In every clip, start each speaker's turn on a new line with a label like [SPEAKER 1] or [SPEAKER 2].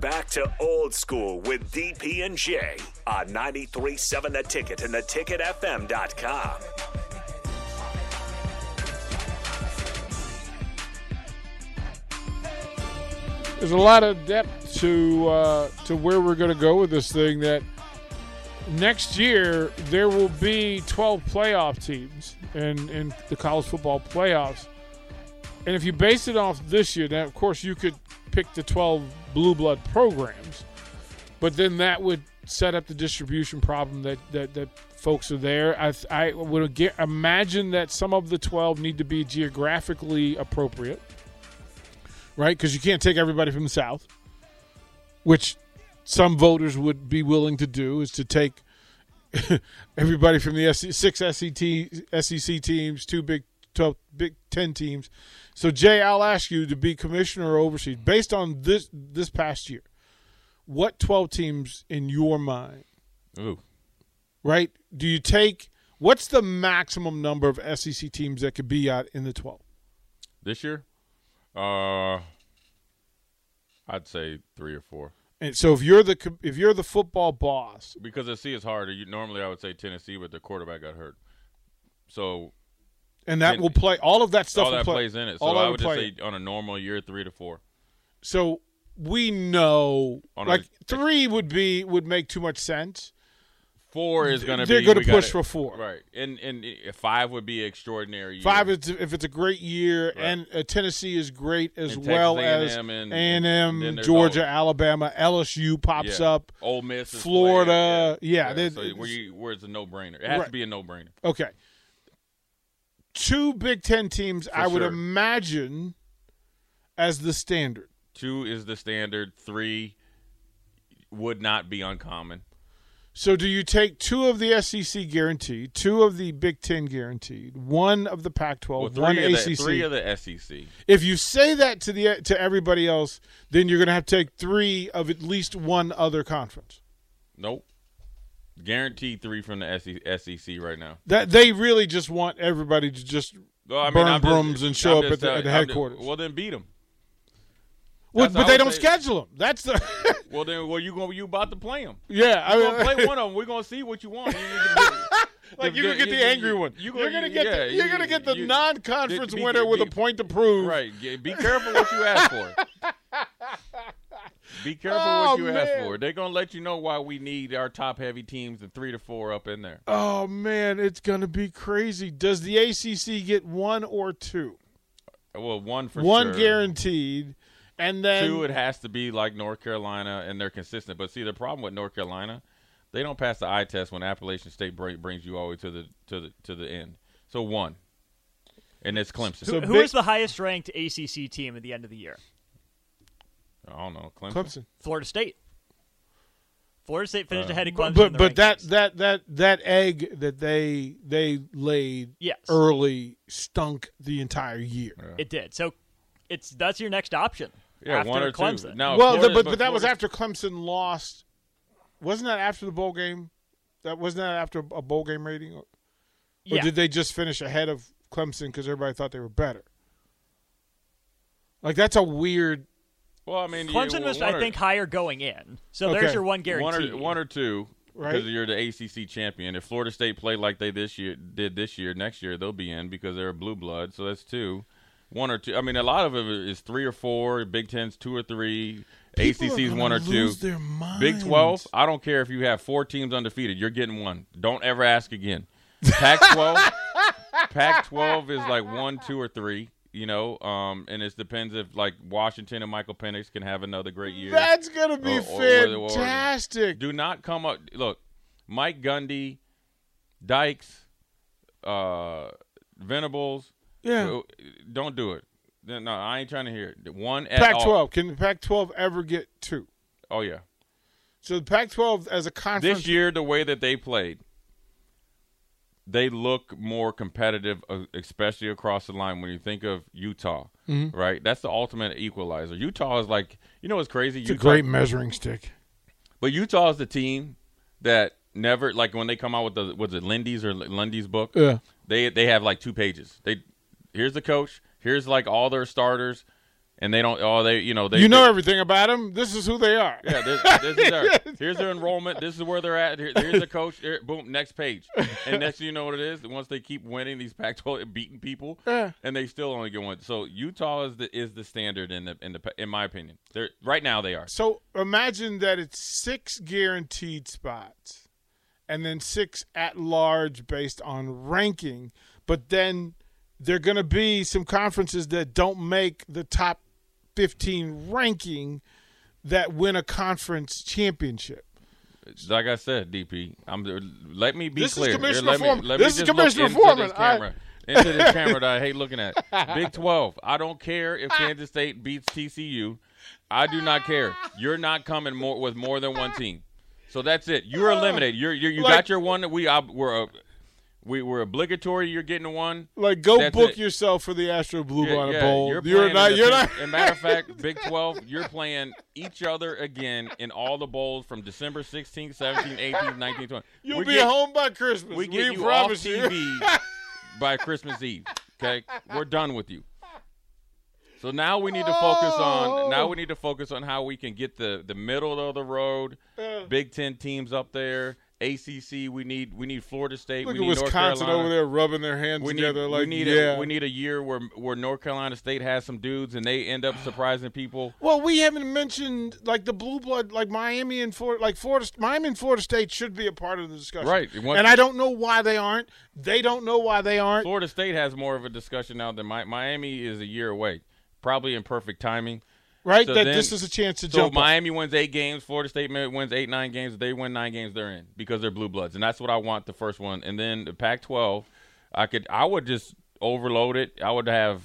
[SPEAKER 1] Back to old school with DP and J on 93.7 The Ticket and theticketfm.com.
[SPEAKER 2] There's a lot of depth to uh, to where we're going to go with this thing. That next year there will be 12 playoff teams in in the college football playoffs. And if you base it off this year, now of course you could pick the 12 blue blood programs, but then that would set up the distribution problem that that, that folks are there. I, I would aga- imagine that some of the 12 need to be geographically appropriate, right? Because you can't take everybody from the south, which some voters would be willing to do is to take everybody from the SC, six E SET, SEC teams, two Big 12, Big 10 teams. So, Jay, I'll ask you to be commissioner or overseas based on this this past year. What 12 teams in your mind,
[SPEAKER 3] Ooh.
[SPEAKER 2] right? Do you take what's the maximum number of SEC teams that could be out in the 12?
[SPEAKER 3] This year? Uh I'd say three or four.
[SPEAKER 2] And so if you're the co- if you're the football boss,
[SPEAKER 3] Because the C is harder. You normally I would say Tennessee, but the quarterback got hurt. So
[SPEAKER 2] and that
[SPEAKER 3] Then-
[SPEAKER 2] will play all of that stuff
[SPEAKER 3] all
[SPEAKER 2] will
[SPEAKER 3] that
[SPEAKER 2] play-
[SPEAKER 3] plays in it. So
[SPEAKER 2] all that
[SPEAKER 3] I
[SPEAKER 2] will
[SPEAKER 3] would just
[SPEAKER 2] play
[SPEAKER 3] say on a normal year, three to four.
[SPEAKER 2] so we know
[SPEAKER 3] On a-
[SPEAKER 2] like three would be would make too much sense.
[SPEAKER 3] Four is going to be.
[SPEAKER 2] They're gonna
[SPEAKER 3] we gotta-
[SPEAKER 2] push for four.
[SPEAKER 3] right? And and i- five would be extraordinary. year.
[SPEAKER 2] Five is if it's a great year, and uh, Tennessee is great as
[SPEAKER 3] And Texas
[SPEAKER 2] well as
[SPEAKER 3] A&M and-
[SPEAKER 2] A&M,
[SPEAKER 3] and then there's
[SPEAKER 2] Georgia,
[SPEAKER 3] all-
[SPEAKER 2] Alabama, LSU
[SPEAKER 3] Yeah.
[SPEAKER 2] pops up.
[SPEAKER 3] Ole Miss, is
[SPEAKER 2] Florida,
[SPEAKER 3] playing,
[SPEAKER 2] yeah, they-
[SPEAKER 3] so where, you, where it's a no brainer. It has
[SPEAKER 2] Right.
[SPEAKER 3] to be a no brainer.
[SPEAKER 2] Okay, two Big Ten teams I would
[SPEAKER 3] sure.
[SPEAKER 2] imagine as the standard.
[SPEAKER 3] Two is the standard. Three would not be uncommon.
[SPEAKER 2] So do you take two of the SEC guaranteed, two of the Big Ten guaranteed, one of the Pac-12,
[SPEAKER 3] Well,
[SPEAKER 2] Oh, one
[SPEAKER 3] three of
[SPEAKER 2] ACC?
[SPEAKER 3] the three of the E SEC.
[SPEAKER 2] If you say that to the to everybody else, then you're going to have to take three of at least one other conference.
[SPEAKER 3] Nope. Guaranteed three from the E, SEC, SEC right now.
[SPEAKER 2] That they really just want everybody to just
[SPEAKER 3] Well, I mean,
[SPEAKER 2] burn
[SPEAKER 3] I'm just-
[SPEAKER 2] brooms and show
[SPEAKER 3] I'm
[SPEAKER 2] up
[SPEAKER 3] just
[SPEAKER 2] at the,
[SPEAKER 3] telling-
[SPEAKER 2] at the
[SPEAKER 3] I'm just-
[SPEAKER 2] headquarters.
[SPEAKER 3] well, then beat them.
[SPEAKER 2] Well,
[SPEAKER 3] that's-
[SPEAKER 2] but
[SPEAKER 3] I
[SPEAKER 2] they
[SPEAKER 3] would
[SPEAKER 2] don't
[SPEAKER 3] say-
[SPEAKER 2] schedule them. That's the
[SPEAKER 3] Well, then, well, you going you about to play them?
[SPEAKER 2] yeah. I
[SPEAKER 3] We're gonna
[SPEAKER 2] mean,
[SPEAKER 3] play one of them. We're gonna see what you want. You need to be-
[SPEAKER 2] like
[SPEAKER 3] if
[SPEAKER 2] you can
[SPEAKER 3] the-
[SPEAKER 2] get
[SPEAKER 3] you-
[SPEAKER 2] the angry
[SPEAKER 3] you-
[SPEAKER 2] one.
[SPEAKER 3] you
[SPEAKER 2] You
[SPEAKER 3] gonna-
[SPEAKER 2] are gonna get
[SPEAKER 3] yeah,
[SPEAKER 2] the, you're
[SPEAKER 3] you-
[SPEAKER 2] gonna get the
[SPEAKER 3] you-
[SPEAKER 2] non-conference
[SPEAKER 3] be-
[SPEAKER 2] winner with a
[SPEAKER 3] be-
[SPEAKER 2] point to prove.
[SPEAKER 3] Right. yeah, Be careful what you ask for. Be careful
[SPEAKER 2] Oh,
[SPEAKER 3] what you ask
[SPEAKER 2] man.
[SPEAKER 3] for. They're gonna let you know why we need our top heavy teams and three to four up in there.
[SPEAKER 2] Oh man, it's gonna be crazy. Does the ACC get one or two?
[SPEAKER 3] Well, one for
[SPEAKER 2] one
[SPEAKER 3] sure.
[SPEAKER 2] guaranteed, and then
[SPEAKER 3] Two, it has to be like North Carolina, and they're consistent. But see, the problem with North Carolina, they don't pass the eye test when Appalachian State break brings you all the way to the to the to the end. So one, and it's Clemson.
[SPEAKER 2] So
[SPEAKER 4] Who is
[SPEAKER 2] big-
[SPEAKER 4] the highest ranked ACC team at the end of the year?
[SPEAKER 3] I don't know Clemson.
[SPEAKER 2] Clemson.
[SPEAKER 4] Florida State. Florida State
[SPEAKER 3] Uh,
[SPEAKER 4] finished ahead of Clemson.
[SPEAKER 2] But but,
[SPEAKER 4] in the
[SPEAKER 2] but that
[SPEAKER 4] rankings.
[SPEAKER 2] that that that egg that they they laid
[SPEAKER 4] Yes.
[SPEAKER 3] er-
[SPEAKER 2] early stunk the entire year.
[SPEAKER 4] it did. So it's that's your next option.
[SPEAKER 3] Yeah,
[SPEAKER 4] after
[SPEAKER 3] one or
[SPEAKER 4] Clemson.
[SPEAKER 3] two. Now,
[SPEAKER 2] well, the,
[SPEAKER 3] Florida-
[SPEAKER 2] but, but that was
[SPEAKER 3] Florida-
[SPEAKER 2] after Clemson lost. Wasn't that after the bowl game? That wasn't that after a bowl game rating, or, or
[SPEAKER 4] yeah.
[SPEAKER 2] did they just finish ahead of Clemson because everybody thought they were better? Like that's a weird.
[SPEAKER 3] Well, I mean,
[SPEAKER 4] Clemson
[SPEAKER 3] you-
[SPEAKER 4] was,
[SPEAKER 3] one
[SPEAKER 4] I
[SPEAKER 3] or-
[SPEAKER 4] think, higher going in. So
[SPEAKER 2] Okay.
[SPEAKER 4] there's your one
[SPEAKER 3] one
[SPEAKER 4] guarantee.
[SPEAKER 3] or one or two.
[SPEAKER 2] Right.
[SPEAKER 3] Because you're the ACC champion. If Florida State played like they this year did this year, next year they'll be in because they're a blue blood. So that's two, one or two. I mean, a lot of it is three or four. Big Ten's two or three.
[SPEAKER 2] People are
[SPEAKER 3] ACC's
[SPEAKER 2] gonna
[SPEAKER 3] one or two.
[SPEAKER 2] lose their
[SPEAKER 3] Big
[SPEAKER 2] minds.
[SPEAKER 3] Twelve. I don't care if you have four teams undefeated. You're getting one. Don't ever ask again. Pac twelve. Pac twelve is like one, two, or three. You know, um, and it depends if like Washington and Michael Penix can have another great year.
[SPEAKER 2] That's gonna be
[SPEAKER 3] Or- or whether- or-
[SPEAKER 2] fantastic.
[SPEAKER 3] Do not come up. Look, Mike Gundy, Dykes, uh, Venables.
[SPEAKER 2] yeah,
[SPEAKER 3] uh, Don't do it. No, no, I ain't trying to hear it. One at all.
[SPEAKER 2] Pac-12. Can the Pac-12 ever get two?
[SPEAKER 3] Oh yeah.
[SPEAKER 2] So the Pac-12 as a conference.
[SPEAKER 3] This year, the way that they played, they look more competitive, uh, especially across the line. When you think of Utah,
[SPEAKER 2] Mm-hmm.
[SPEAKER 3] right? That's the ultimate equalizer. Utah is like, you know, what's crazy.
[SPEAKER 2] it's a
[SPEAKER 3] Utah-
[SPEAKER 2] great measuring stick.
[SPEAKER 3] But Utah is the team that never like when they come out with the was it Lindy's or Lundy's book.
[SPEAKER 2] Yeah.
[SPEAKER 3] They they have like two pages. They here's the coach. Here's like all their starters. and they don't. Oh, they you know they
[SPEAKER 2] you know
[SPEAKER 3] they-
[SPEAKER 2] everything about them. This is who they are.
[SPEAKER 3] yeah, this, this is their, here's their enrollment. This is where they're at. Here, here's the coach. Here, boom, next page. And next, thing you know what it is. Once they keep winning these Pac-12, beating people,
[SPEAKER 2] Yeah.
[SPEAKER 3] and they still only get one. So Utah is the is the standard in the in the in my opinion. They're right now they are.
[SPEAKER 2] So imagine that it's six guaranteed spots and then six at large based on ranking, but then there are going to be some conferences that don't make the top 15 ranking that win a conference championship.
[SPEAKER 3] Like I said, DP, I'm let me be
[SPEAKER 2] This is
[SPEAKER 3] clear.
[SPEAKER 2] Commissioner
[SPEAKER 3] let me,
[SPEAKER 2] Foreman.
[SPEAKER 3] let
[SPEAKER 2] This
[SPEAKER 3] me
[SPEAKER 2] is
[SPEAKER 3] just
[SPEAKER 2] Commissioner
[SPEAKER 3] look into
[SPEAKER 2] Foreman.
[SPEAKER 3] this camera. into this camera that I hate looking at. Big 12. I don't care if Kansas State beats TCU. I do not care. You're not coming more with more than one team. So that's it. You're eliminated. You're, you're you
[SPEAKER 2] Oh. Like-
[SPEAKER 3] got your one. We I, we're uh, we were obligatory. You're getting one.
[SPEAKER 2] Like, go
[SPEAKER 3] That's
[SPEAKER 2] book
[SPEAKER 3] it.
[SPEAKER 2] yourself for the Astro Blue
[SPEAKER 3] Yeah,
[SPEAKER 2] Bonnet
[SPEAKER 3] yeah,
[SPEAKER 2] Bowl.
[SPEAKER 3] You're,
[SPEAKER 2] You're,
[SPEAKER 3] playing in
[SPEAKER 2] not.
[SPEAKER 3] the
[SPEAKER 2] You're
[SPEAKER 3] Big-
[SPEAKER 2] not.
[SPEAKER 3] and matter of fact, Big 12, you're playing each other again in all the bowls from December 16th, 17th, 18th, 19th, 20th.
[SPEAKER 2] You'll
[SPEAKER 3] We're
[SPEAKER 2] be
[SPEAKER 3] getting-
[SPEAKER 2] home by Christmas.
[SPEAKER 3] we get you off
[SPEAKER 2] promise you.
[SPEAKER 3] TV by Christmas Eve. Okay, we're done with you. So now we need to focus
[SPEAKER 2] Oh.
[SPEAKER 3] on now we need to focus on how we can get the the middle of the road
[SPEAKER 2] Yeah.
[SPEAKER 3] Big Ten teams up there. ACC, we need we need Florida State.
[SPEAKER 2] Look at
[SPEAKER 3] we need North
[SPEAKER 2] Wisconsin
[SPEAKER 3] Carolina.
[SPEAKER 2] over there rubbing their hands
[SPEAKER 3] We need,
[SPEAKER 2] together.
[SPEAKER 3] we
[SPEAKER 2] like,
[SPEAKER 3] need
[SPEAKER 2] yeah.
[SPEAKER 3] a, we need a year where where North Carolina State has some dudes and they end up surprising people.
[SPEAKER 2] Well, we haven't mentioned like the blue blood, like Miami and Florida, like Florida, Miami and Florida State should be a part of the discussion,
[SPEAKER 3] Right. It won't-
[SPEAKER 2] and I don't know why they aren't. They don't know why they aren't.
[SPEAKER 3] Florida State has more of a discussion now than Mi- Miami is a year away, probably in perfect timing.
[SPEAKER 2] right.
[SPEAKER 3] so
[SPEAKER 2] that
[SPEAKER 3] then-
[SPEAKER 2] this is a chance to
[SPEAKER 3] So
[SPEAKER 2] jump. up.
[SPEAKER 3] Miami wins eight games. Florida State ma- wins eight, nine games. If They win nine games. They're in because they're blue bloods, and that's what I want. The first one, and then the Pac-12. I could, I would just overload it. I would have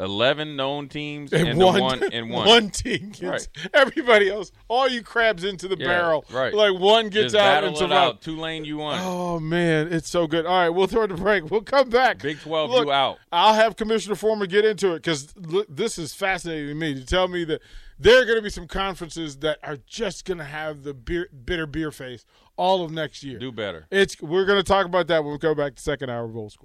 [SPEAKER 3] eleven known teams and, the one and one.
[SPEAKER 2] team gets
[SPEAKER 3] Right.
[SPEAKER 2] everybody else. All you crabs into the
[SPEAKER 3] Yeah,
[SPEAKER 2] barrel.
[SPEAKER 3] right.
[SPEAKER 2] Like one gets
[SPEAKER 3] just
[SPEAKER 2] out
[SPEAKER 3] battle
[SPEAKER 2] and
[SPEAKER 3] it
[SPEAKER 2] survives.
[SPEAKER 3] out. Tulane, you won.
[SPEAKER 2] Oh man, it's so good. All right, we'll throw it to break. We'll come back.
[SPEAKER 3] Big 12,
[SPEAKER 2] Look,
[SPEAKER 3] you out.
[SPEAKER 2] I'll have Commissioner Former get into it because this is fascinating to me. To tell me that there are going to be some conferences that are just going to have the beer, bitter beer face all of next year.
[SPEAKER 3] Do better.
[SPEAKER 2] It's we're going to talk about that when we go back to second hour of old school.